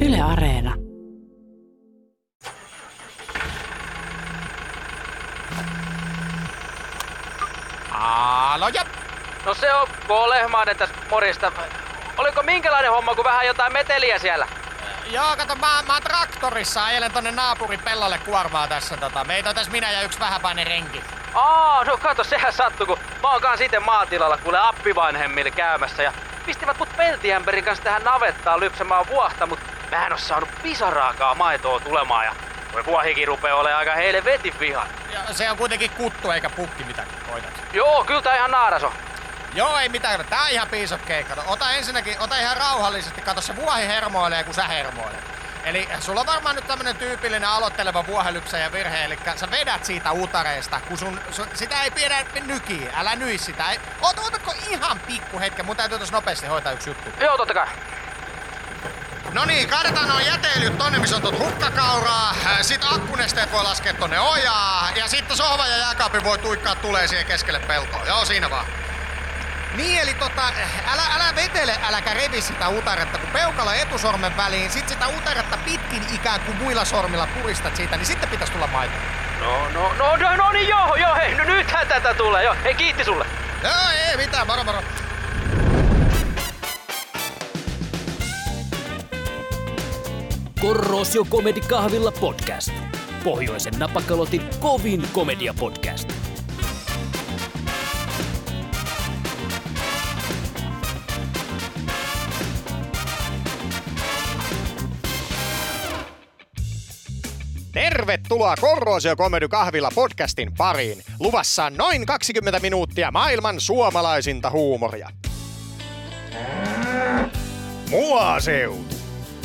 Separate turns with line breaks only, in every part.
Yle Areena.
Aloja!
No se on K. Lehmanen tässä morista. Oliko minkälainen homma, kun vähän jotain meteliä siellä?
Joo, kato, mä, mä oon traktorissa, ajelen tonne naapurin pellolle kuormaa tässä tota. Meitä on tässä minä ja yksi vähäpäinen renki.
Aa, no kato, sehän sattui, kun mä oon kans itse maatilalla kuule appivanhemmille käymässä ja pistivät mut peltiämpärin kanssa tähän navettaan lypsämään vuohta, mut mä en oo saanut pisaraakaan maitoa tulemaan ja voi vuohikin rupee olemaan aika heille vetin vihan.
Ja se on kuitenkin kuttu eikä pukki, mitä koitat.
Joo, kyllä tää ihan naaras on.
Joo, ei mitään. Tää on ihan piisokkein. Kato, ota ensinnäkin, ota ihan rauhallisesti. Kato, se vuohi hermoilee, kun sä hermoilet. Eli sulla on varmaan nyt tämmönen tyypillinen aloitteleva vuohelypsäjä virhe, eli sä vedät siitä utareesta, kun sun, sun sitä ei pidä nykiä, älä nyi sitä. Ei, ota, otatko ihan pikku hetken, mun täytyy tässä nopeasti hoitaa yksi juttu.
Joo, totta kai.
No niin, kartano on jäteilyt tonne, missä on tuota hukkakauraa. Äh, Sit akkunesteet voi laskea tonne ojaa. Ja sitten sohva ja jääkaappi voi tuikkaa tulee siihen keskelle peltoa. Joo, siinä vaan. Niin, eli tota, äh, älä, älä vetele, äläkä revi sitä utaretta, kun peukalo etusormen väliin, sit sitä utaretta pitkin ikään kuin muilla sormilla puristat siitä, niin sitten pitäisi tulla maito.
No, no, no, no, no niin joo, joo, hei, no nythän tätä tulee, joo, hei kiitti sulle.
Joo, ei mitään, moro moro.
Korrosio Comedy Kahvilla podcast. Pohjoisen napakalotin kovin komediapodcast.
Tervetuloa Korrosio Comedy Kahvilla podcastin pariin. Luvassa on noin 20 minuuttia maailman suomalaisinta huumoria. Muaseutu.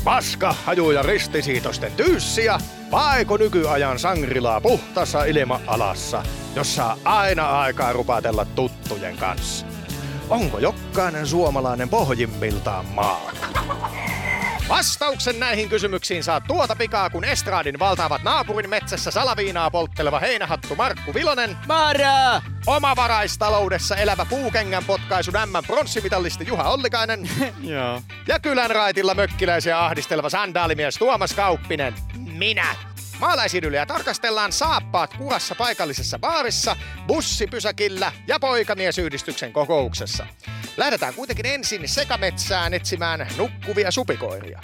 Paska, haju ja ristisiitosten tyyssiä, vaiko nykyajan sangrilaa puhtassa ilma-alassa, jossa on aina aikaa rupatella tuttujen kanssa. Onko jokkainen suomalainen pohjimmiltaan maa? Vastauksen näihin kysymyksiin saa tuota pikaa, kun estraadin valtaavat naapurin metsässä salaviinaa poltteleva heinähattu Markku Vilonen,
Mara!
omavaraistaloudessa elävä puukengän potkaisu Nämmän pronssimitalisti Juha Ollikainen
Joo.
ja kylän raitilla mökkiläisiä ahdisteleva sandaalimies Tuomas Kauppinen. Minä. Maalaisidylliä tarkastellaan saappaat kurassa paikallisessa baarissa, bussipysäkillä ja poikamiesyhdistyksen kokouksessa. Lähdetään kuitenkin ensin sekametsään etsimään nukkuvia supikoiria.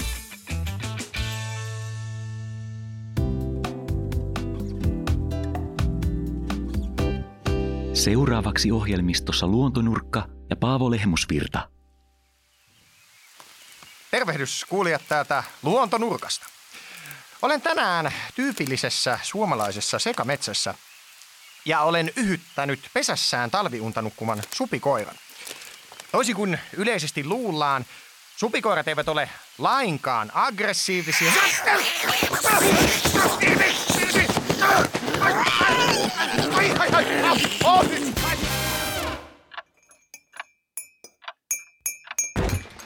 Seuraavaksi ohjelmistossa Luontonurkka ja Paavo Lehmusvirta.
Tervehdys kuulijat täältä Luontonurkasta. Olen tänään tyypillisessä suomalaisessa sekametsässä ja olen yhyttänyt pesässään talviunta nukkuvan supikoiran. Toisin kuin yleisesti luullaan, supikoirat eivät ole lainkaan aggressiivisia.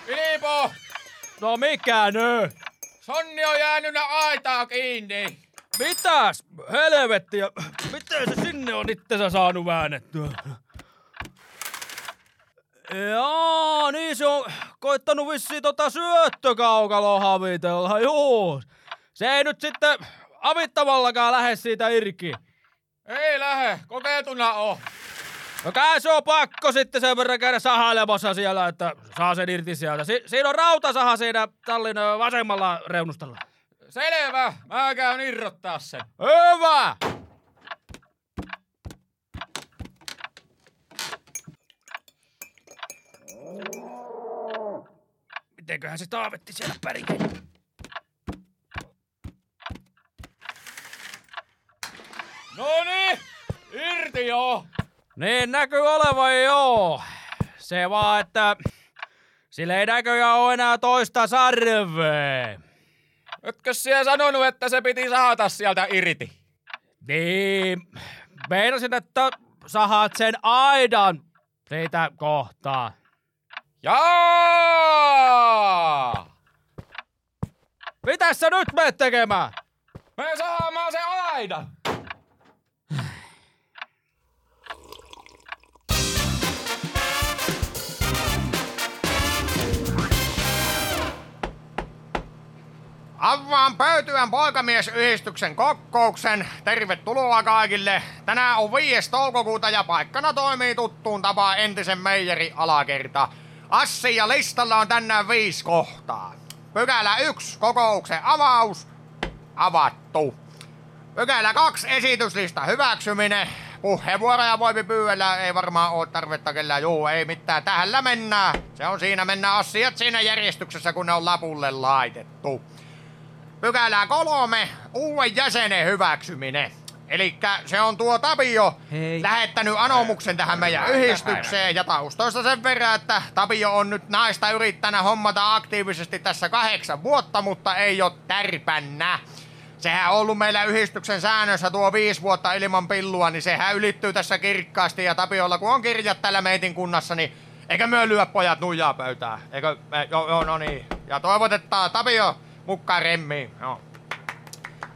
Filippo!
No mikä nyt?
Sonni on jäänyt nää aitaa kiinni.
Mitäs? Helvettiä. Miten se sinne on itsensä saanut väännettyä? Jaa, niin se on koittanut vissiin tota syöttökaukaloa havitella, juu. Se ei nyt sitten avittavallakaan lähde siitä irki.
Ei lähe, kokeiltuna on.
No kai se on pakko sitten sen verran käydä sahailemassa siellä, että saa sen irti sieltä. Si- siinä on rautasaha siinä tallin ö, vasemmalla reunustalla.
Selvä, mä käyn irrottaa sen.
Hyvä! Mitenköhän se taavetti siellä pärjää?
Noni, irti jo.
Niin näkyy olevan joo. Se vaan, että sillä ei näköjään ole enää toista sarvea.
Etkö siellä sanonut, että se piti saata sieltä irti?
Niin, meinasin, että sahat sen aidan siitä kohtaa.
Jaa!
Mitäs sä nyt menet tekemään?
Me saamaan se aidan.
Avaan Pöytyän poikamiesyhdistyksen kokouksen. Tervetuloa kaikille. Tänään on 5. toukokuuta ja paikkana toimii tuttuun tapaan entisen meijeri alakerta. Assi ja listalla on tänään viisi kohtaa. Pykälä 1, kokouksen avaus, avattu. Pykälä 2, esityslista hyväksyminen. Puheenvuoroja voi pyydellä, ei varmaan ole tarvetta kellään. Juu, ei mitään. Tähällä mennään. Se on siinä, mennään asiat siinä järjestyksessä, kun ne on lapulle laitettu. Pykälä kolme, uuden jäsenen hyväksyminen. Eli se on tuo Tapio
Hei.
lähettänyt anomuksen tähän meidän yhdistykseen ja taustoista sen verran, että Tapio on nyt naista yrittänyt hommata aktiivisesti tässä kahdeksan vuotta, mutta ei ole tärpännä. Sehän on ollut meillä yhdistyksen säännössä tuo viisi vuotta ilman pillua, niin sehän ylittyy tässä kirkkaasti ja Tapiolla kun on kirjat täällä meitin kunnassa, niin eikö myö lyö pojat nujaa pöytään. Eikö, me, joo, joo, no niin. Ja toivotetaan Tapio mukaan remmiin. Joo.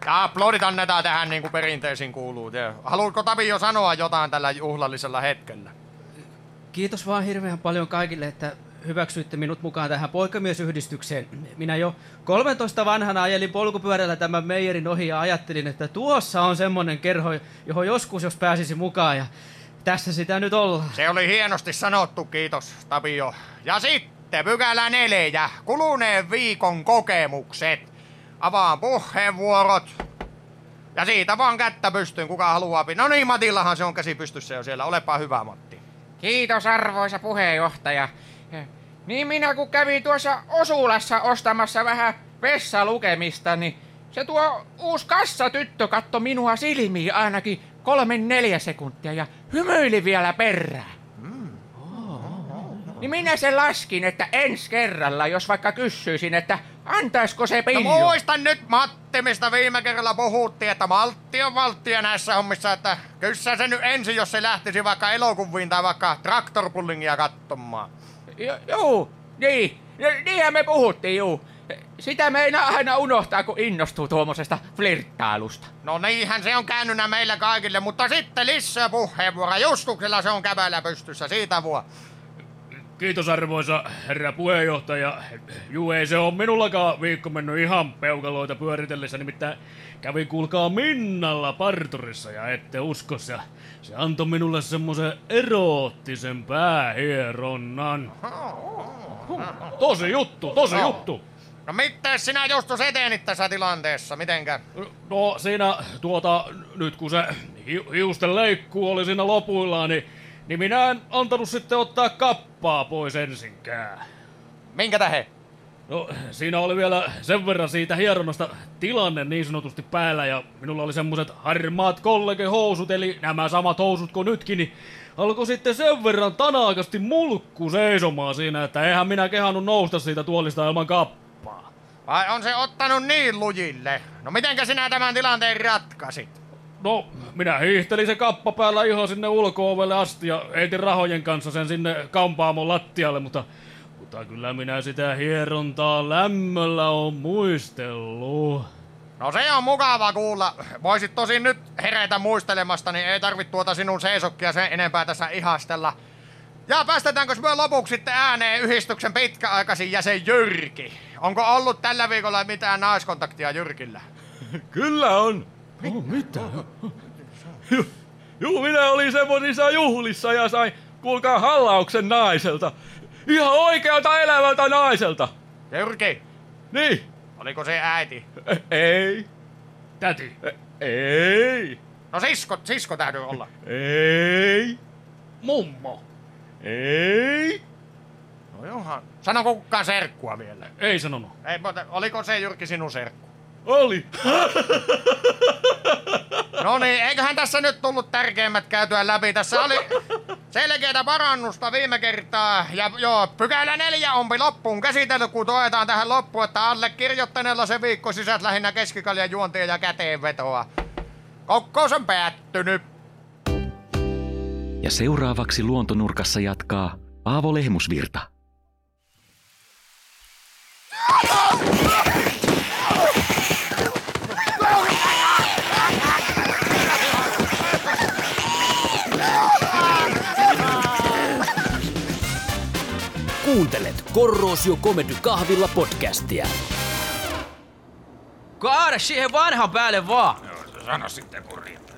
Ja aplodit annetaan tähän niin kuin perinteisiin kuuluu. Te- Haluatko Tapio sanoa jotain tällä juhlallisella hetkellä?
Kiitos vaan hirveän paljon kaikille, että hyväksyitte minut mukaan tähän poikamiesyhdistykseen. Minä jo 13 vanhana ajelin polkupyörällä tämän meijerin ohi ja ajattelin, että tuossa on semmonen kerho, johon joskus jos pääsisi mukaan ja tässä sitä nyt ollaan.
Se oli hienosti sanottu, kiitos Tapio. Ja sitten pykälä neljä, kuluneen viikon kokemukset. Avaan puheenvuorot. Ja siitä vaan kättä pystyyn, kuka haluaa. No niin, Matillahan se on käsi pystyssä jo siellä. Olepa hyvä, Matti.
Kiitos arvoisa puheenjohtaja. Niin minä kun kävin tuossa Osulassa ostamassa vähän vessalukemista, niin se tuo uusi kassatyttö katto minua silmiin ainakin kolmen neljä sekuntia ja hymyili vielä perään. Niin minä sen laskin, että ensi kerralla, jos vaikka kysyisin, että antaisiko se
No
pilju.
muistan nyt Matti, mistä viime kerralla puhuttiin, että Maltti on valttia näissä hommissa, että kyssä se nyt ensin, jos se lähtisi vaikka elokuviin tai vaikka traktorpullingia katsomaan.
Jo, juu, niin. Ni- Niinhän me puhuttiin, juu. Sitä meinaa aina unohtaa, kun innostuu tuommoisesta flirttailusta.
No niinhän se on käynnynä meillä kaikille, mutta sitten lisää puheenvuoro. Justuksella se on kävällä pystyssä, siitä vuo.
Kiitos arvoisa herra puheenjohtaja. Juu, ei se on minullakaan viikko mennyt ihan peukaloita pyöritellessä, nimittäin kävin kuulkaa Minnalla parturissa ja ette usko se. Se antoi minulle semmoisen eroottisen päähieronnan. Tosi juttu, tosi juttu.
No miten sinä Justus etenit tässä tilanteessa, mitenkä?
No siinä tuota, nyt kun se hi- hiusten leikkuu oli siinä lopuillaan, niin, niin minä en antanut sitten ottaa kappaa pois ensinkään.
Minkä tähe?
No, siinä oli vielä sen verran siitä hieronnasta tilanne niin sanotusti päällä ja minulla oli semmoset harmaat kollegehousut, eli nämä samat housut kuin nytkin, niin alkoi sitten sen verran tanakasti mulkku seisomaan siinä, että eihän minä kehannut nousta siitä tuolista ilman kappaa.
Vai on se ottanut niin lujille? No mitenkä sinä tämän tilanteen ratkaisit?
No, minä hiihtelin se kappa päällä ihan sinne ulko-ovelle asti ja heitin rahojen kanssa sen sinne kampaamon lattialle, mutta, mutta kyllä minä sitä hierontaa lämmöllä on muistellut.
No se on mukava kuulla. Voisit tosin nyt herätä muistelemasta, niin ei tarvitse tuota sinun seisokkia sen enempää tässä ihastella. Ja päästetäänkö me lopuksi sitten ääneen yhdistyksen pitkäaikaisin jäsen Jyrki? Onko ollut tällä viikolla mitään naiskontaktia Jyrkillä?
Kyllä on. Oh, mitä? Ju- Juu, minä olin semmoisissa juhlissa ja sain, kuulkaa, hallauksen naiselta. Ihan oikealta elävältä naiselta.
Jyrki,
Niin.
oliko se äiti?
E- Ei. Täti. E- Ei.
No sisko, sisko täytyy olla.
Ei. Mummo. Ei.
No johan. Sano kukaan serkkua vielä.
Ei sanonut.
Ei, mutta oliko se Jyrki sinun serkku?
Oli.
No niin, eiköhän tässä nyt tullut tärkeimmät käytyä läpi. Tässä oli selkeätä parannusta viime kertaa. Ja joo, pykälä neljä on loppuun käsitelty, kun toetaan tähän loppuun, että allekirjoittaneella se viikko sisät lähinnä keskikaljan juontia ja käteenvetoa. Kokous on päättynyt.
Ja seuraavaksi luontonurkassa jatkaa Paavo Lehmusvirta.
Kuuntelet Korrosio Comedy Kahvilla podcastia.
Kaada siihen vanhan päälle vaan.
Joo, Sano sitten, kun riittää.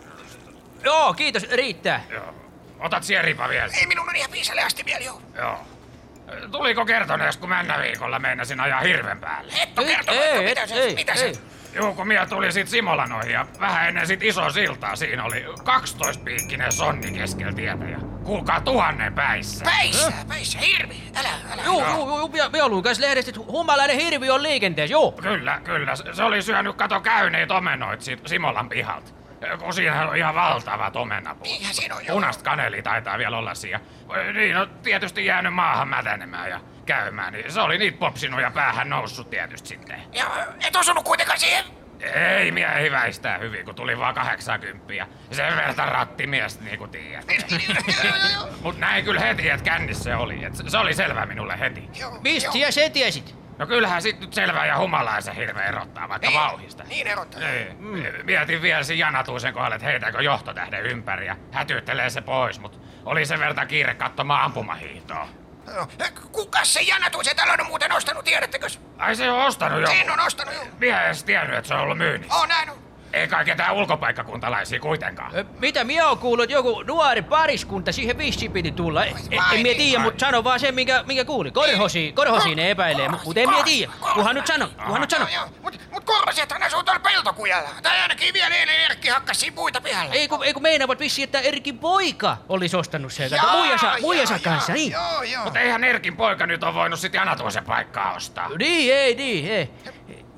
Joo, kiitos, riittää.
Joo. Otat sieripa vielä.
Ei minun on ihan viiselle asti vielä, joo.
Joo. Tuliko kertoneeksi, kun mennä viikolla meinasin ajaa hirven päälle?
Et oo
Ei,
kertonut,
ei,
että
et,
mitä se,
ei,
mitä
ei.
se?
Juu, kun minä tuli sit Simolan ohi ja vähän ennen sit iso siltaa siinä oli 12-piikkinen sonni keskellä tietä ja kuulkaa tuhannen päissä.
Päissä, päissä, hirvi, älä, älä.
Juu, juu, juu, juu, minä lukas lehdestä, että humalainen hirvi on liikenteessä, juu.
Kyllä, kyllä. Se se oli syönyt kato käyneet omenoit siitä Simolan pihalta. Kun siinähän on ihan valtavat omenapuut.
Niinhän siinä on, joo.
Punasta kaneli taitaa vielä olla siinä. Voi Niin on tietysti jäänyt maahan mätänemään ja käymään, niin se oli niitä popsinut ja päähän noussut tietysti sitten.
Ja et osunut kuitenkaan siihen.
Ei mie ei väistää hyvin, kun tuli vaan 80 ja sen verta rattimies, niin kuin tiedät. Mut näin kyllä heti, että kännissä oli. Et se- se oli selvä minulle heti.
Mistä sinä sen tiesit?
No kyllähän sit nyt selvä ja humalaisen hirveä erottaa vaikka vauhista.
Niin erottaa.
Niin. Mm. Mietin vielä sen janatuisen kohdalle, että heitäkö johtotähden ympäri ja hätyttelee se pois, mut oli sen verta kiire katsomaan ampumahiihtoa.
Joo. Kukas No, se janatuisen talon on muuten ostanut, tiedättekös?
Ai se on ostanut joku.
Sen on ostanut, joo.
Mie ei edes tiennyt, että se on ollut myynnissä.
Oo, näin on.
Ei kai ketään ulkopaikkakuntalaisia kuitenkaan.
Ö, Mitä minä oon kuullut, että joku nuori pariskunta siihen vissiin piti tulla. En, en minä tiedä, mutta sano vaan sen, minkä, minkä kuuli. Korhosi, korhosi ne epäilee, mutta en minä tiedä. Kuhan nyt sano, kuhan nyt sano.
no Joo, joo. Mut, mut korvasethan asuu tuolla peltokujalla. Tai ainakin vielä eilen Erkki hakkasi puita pihalla.
Ei kun, ei kun meinaavat vissiin, että Erkin poika olisi ostanut sieltä. kun Muijansa, muijansa kanssa, niin.
Joo, joo.
Mutta eihän Erkin poika nyt on voinut sit janatuisen paikkaa ostaa.
Niin, ei, niin, ei.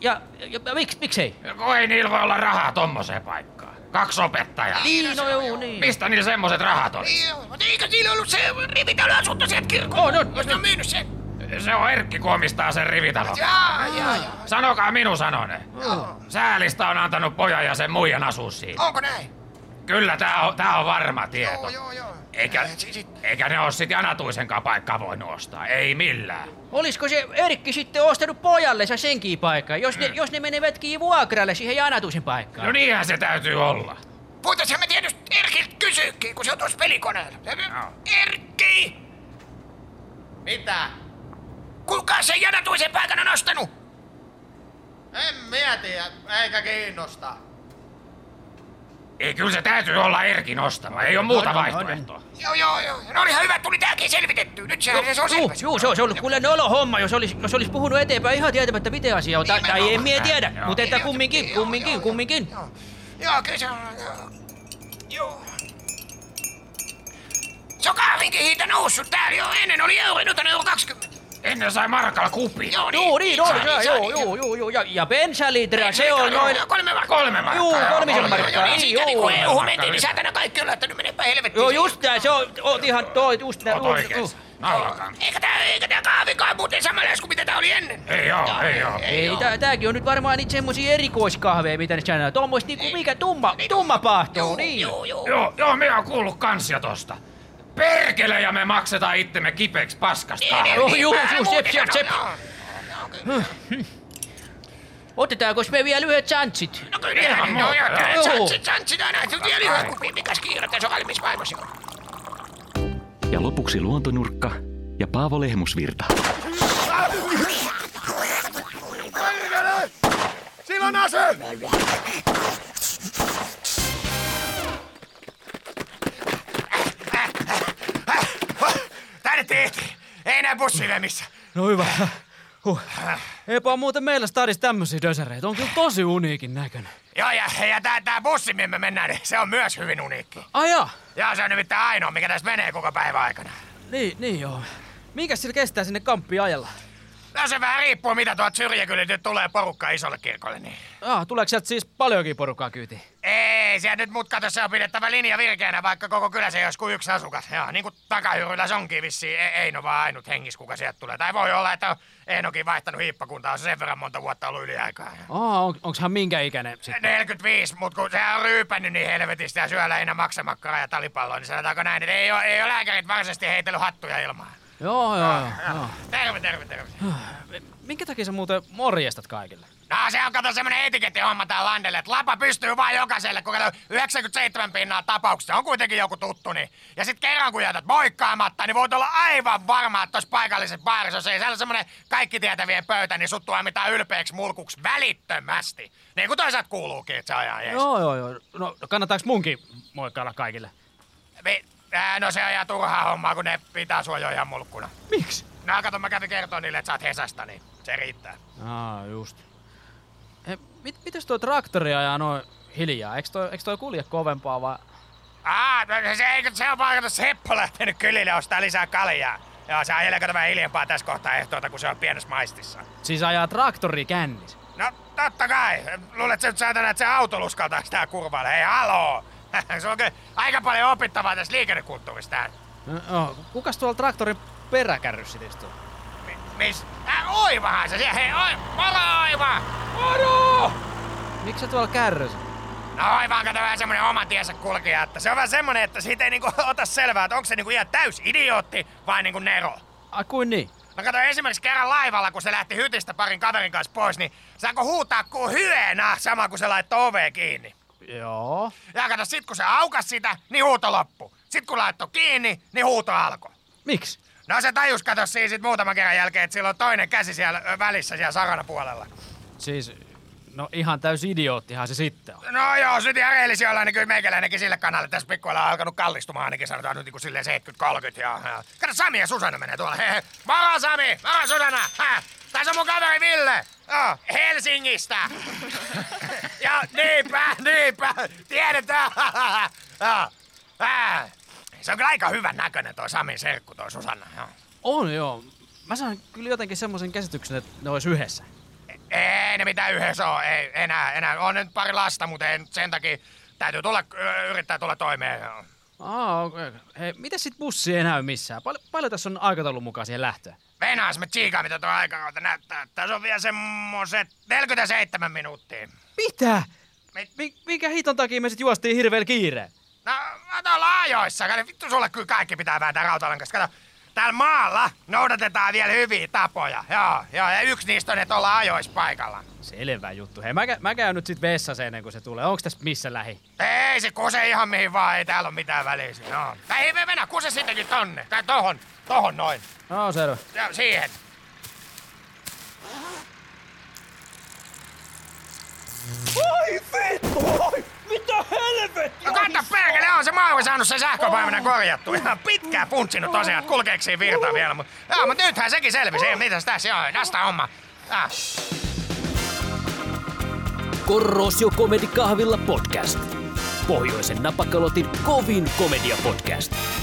Ja, ja, ja miksi, miksei?
Kun ei niillä voi olla rahaa tommoseen paikkaan. Kaksi opettajaa.
Niin, no joo, niin.
Mistä niillä semmoset rahat oli?
Joo, mutta eikö niillä ollut Niin. se rivitalo asunto sieltä kirkolla?
On, on,
Jos ne on myynyt sen.
Se on Erkki, kun omistaa sen rivitalon.
Jaa, jaa,
Ah.
jaa.
Sanokaa minun sanone. Säälistä on antanut pojan ja sen muijan asua siinä.
Onko näin?
Kyllä tää on, tää on varma tieto.
Joo, joo, joo.
Eikä,
Eh, si- si-
eikä ne oo sit janatuisenkaan paikkaa voinut ostaa. Ei millään.
Olisiko se Erkki sitten ostanut pojallensa senkin paikan, jos ne, jos ne menevätkin vuokralle siihen Janatuisen paikkaan?
No niinhän se täytyy olla.
Voitaisiin me tietysti Erkiltä kysyäkin, kun se on tuossa pelikoneella.
Joo.
Erkki!
Mitä?
Kuka se janatuisen paikan on ostanut?
En mieti, eikä kiinnosta.
Ei, kyllä se täytyy olla Erkin ostama. Ei oo muuta vaihtoehtoa.
Joo, joo, joo. No olihan hyvä, tuli tääkin selvitetty. Nyt sehän niin, no se on
Juu,
selvästi.
juu, se olisi ollut kyllä nolo homma, jos olisi, jos olisi puhunut eteenpäin ihan tietämättä miten asia on. Tai, tai en mie tiedä,
Joo.
mutta että kumminkin,
Joo,
kumminkin,
joo,
kumminkin.
Joo, joo kyllä se on. Joo. joo. Se on kahvinkin hinta noussut täällä jo. Ennen oli euro, nyt on euro 20.
Ennen sai markalla kupin.
Joo, niin.
Juu, niin, on,
Saa,
joo,
saa,
joo,
niin.
joo, joo, joo, ja, ja bensalitra, se on noin...
Kolme markkaa.
Kolme markkaa.
Juu,
joo,
kolmisen
Joo, joo,
markkaa,
niin
niin,
siitä niin
juu.
kun EU mentiin,
Markkaa
niin satana kaikki on lähtenyt menepä helvettiin.
Joo, just tää, se on, oot ihan toi, just nää...
Oot oikees. Naulakaan.
Eikä tää, eikä tää kahvikaan muuten samanlaista kuin mitä tää oli ennen.
Ei oo, ei oo.
Ei, tää, tääkin on nyt varmaan niitä semmosia erikoiskahveja, mitä ne sanoo. Tuommoista niinku mikä tumma, tumma paahtuu, niin.
Joo, joo.
Joo, joo, minä oon kuullut kansia tosta. Perkele ja me maksetaan itsemme kipeäksi paskasta.
Joo,
Niin,
No, juu,
mä
juu,
muuten
sep, sep,
sanon,
sep.
joo. Joo, kyllä.
Otetaanko me vielä lyhyet chanssit?
No kyllä,
Ilman
joo, joo,
muuta,
kyllä.
joo.
Chanssit, chanssit aina. Tuli vielä yhden kupin, mikäs kiire, tässä on valmis vaimosi.
Ja lopuksi Luontonurkka ja Paavo Lehmusvirta.
Sillä on ase!
Tänne tehtiin. Ei enää bussille missä.
No hyvä. Huh. Eipä on muuten meillä stadissa tämmöisiä dösäreitä. On kyllä tosi uniikin näköinen.
Joo, ja, ja tää, tää bussi, mihin me mennään, niin se on myös hyvin uniikki.
Ai jaa.
Joo, se on nimittäin ainoa, mikä tässä menee koko päivän aikana.
Niin, niin joo. Minkä sillä kestää sinne kamppiin ajalla?
No se vähän riippuu, mitä tuolta syrjäkyliltä nyt tulee porukkaa isolle kirkolle, niin...
Ah, tuleeko sieltä siis paljonkin porukkaa kyytiin?
Ei, siellä nyt mut kato, se on pidettävä linja virkeänä, vaikka koko kylässä ei olisi kuin yksi asukas. Joo, niin kuin takahyryllä se onkin vissiin, ei, ei no vaan ainut hengis, kuka sieltä tulee. Tai voi olla, että on Eenokin vaihtanut hiippakuntaa, on se sen verran monta vuotta ollut yliaikaa.
Aa, on, onks hän minkä ikäinen sitten?
45, mut kun sehän on ryypännyt niin helvetistä ja syö lähinnä maksamakkaraa ja talipalloa, niin sanotaanko näin, että ei ole, ei ole lääkärit varsinaisesti heitellyt hattuja ilmaan.
Joo, joo, joo. joo.
Terve, terve, terve.
minkä takia sä muuten morjestat kaikille?
No se on kato semmonen etikettihomma tää Landelle, että lapa pystyy vaan jokaiselle, kun kato 97 pinnaa tapauksessa on kuitenkin joku tuttu, niin. Ja sit kerran kun jätät moikkaamatta, niin voit olla aivan varma, että tossa paikallisessa baarissa, jos ei siellä semmonen kaikki tietävien pöytä, niin sut mitä ylpeäksi mulkuksi välittömästi. Niin kuin toisaalta kuuluukin, että se ajaa jees.
Joo, joo, joo. No kannattaako munkin moikkailla kaikille?
Vi- Ää, no se ajaa turhaa hommaa, kun ne pitää sua jo ihan mulkkuna.
Miksi?
No kato, mä kävin kertoa niille, että sä oot Hesasta, niin se riittää.
Aa, just. He, mit, mites tuo traktori ajaa noin hiljaa? Eiks toi, eiks toi kulje kovempaa vai?
Aa, no se, eikö se on vaan, kato, Seppo lähtenyt kylille ostaa lisää kaljaa. Joo, se ajelee kato vähän hiljempaa tässä kohtaa ehtoota, kun se on pienessä maistissa.
Siis ajaa traktori kännis.
No totta kai. Luulet sä nyt saatana, että se auto luskaltaa sitä kurvalle. Hei, haloo! se on kyllä aika paljon opittavaa tässä liikennekulttuurista.
No, no, kukas tuolla traktorin peräkärryssä sit istuu?
Mis? Äh, oivahan se siellä. Hei, oi, moro oiva! Moro!
Miksi sä tuolla kärryssä?
No oivaan kato vähän semmonen oma tiensä kulkija, että se on vähän semmonen, että siitä ei niinku ota selvää, että onko se niinku ihan täys idiootti vai niinku nero.
Ai kuin niin?
Mä katsoin No esimerkiksi kerran laivalla, kun se lähti hytistä parin kaverin kanssa pois, niin saanko huutaa kuin hyena sama kuin se laittoi oveen kiinni.
Joo.
Ja kato, sit kun se aukas sitä, niin huuto loppu. Sit kun laittoi kiinni, niin huuto alkoi.
Miksi?
No se tajus kato siinä sit muutaman kerran jälkeen, että sillä on toinen käsi siellä ö, välissä siellä sarana puolella.
Siis, no ihan täys idioottihan se sitten on.
No joo, sit ihan reellisiä ollaan, niin kyllä meikäläinenkin sille kanalle tässä pikkuilla on alkanut kallistumaan, ainakin sanotaan nyt niin kuin silleen 70-30. Ja, ja. Kato, Sami ja Susanna menee tuolla. He, he. Moro Sami, moro Susanna. Häh? Tässä on mun kaveri Ville. Joo, Helsingistä. ja niinpä, niinpä, tiedetään. Joo. Äh. Se on kyllä aika hyvän näköinen toi Samin serkku, toi Susanna. Joo.
On No joo. Mä saan kyllä jotenkin semmoisen käsityksen, että ne ois yhdessä.
Ei ne mitään yhdessä ole, ei enää, enää. On nyt pari lasta, mutta en sen takia täytyy tulla, ö, yrittää tulla toimeen. joo.
Aa, okei. Okay. Hei, miten sit bussi ei näy missään? Pal- paljon tässä on aikataulun mukaan siihen lähtöön?
Venaas me tsiikaa, mitä tuo aikakautta näyttää. Tässä on vielä semmoset 47 minuuttia.
Mitä? Mi- minkä hiton takia me sit juostiin hirveellä kiireen?
No, mä oon tuolla ajoissa. Kato, vittu sulle kyllä kaikki pitää vääntää rautalangasta. Kato, täällä maalla noudatetaan vielä hyviä tapoja. Joo, joo, ja yksi niistä on, että ollaan ajoissa paikalla.
Selvä juttu. Hei, mä, kä- mä käyn nyt sit vessassa ennen kuin se tulee. Onks tässä missä lähi?
Ei se kuse ihan mihin vaan, ei täällä ole mitään väliä. siinä, Joo. Tai ei me mennä, kuse sittenkin tonne. Tai tohon, tohon noin.
No, selvä.
Ja siihen.
Ai vittu, oi! Mitä helvettiä?
No kanta perkele, on se maailma saanut sen sähköpaimena korjattu. Ihan pitkään puntsinut tosiaan, että kulkeeksiin virta vielä. Mut, joo, mut nythän sekin selvisi. Ei mitäs tässä, joo, tästä homma. Ah.
Korrosio Comedy Kahvilla podcast. Pohjoisen napakalotin kovin komediapodcast.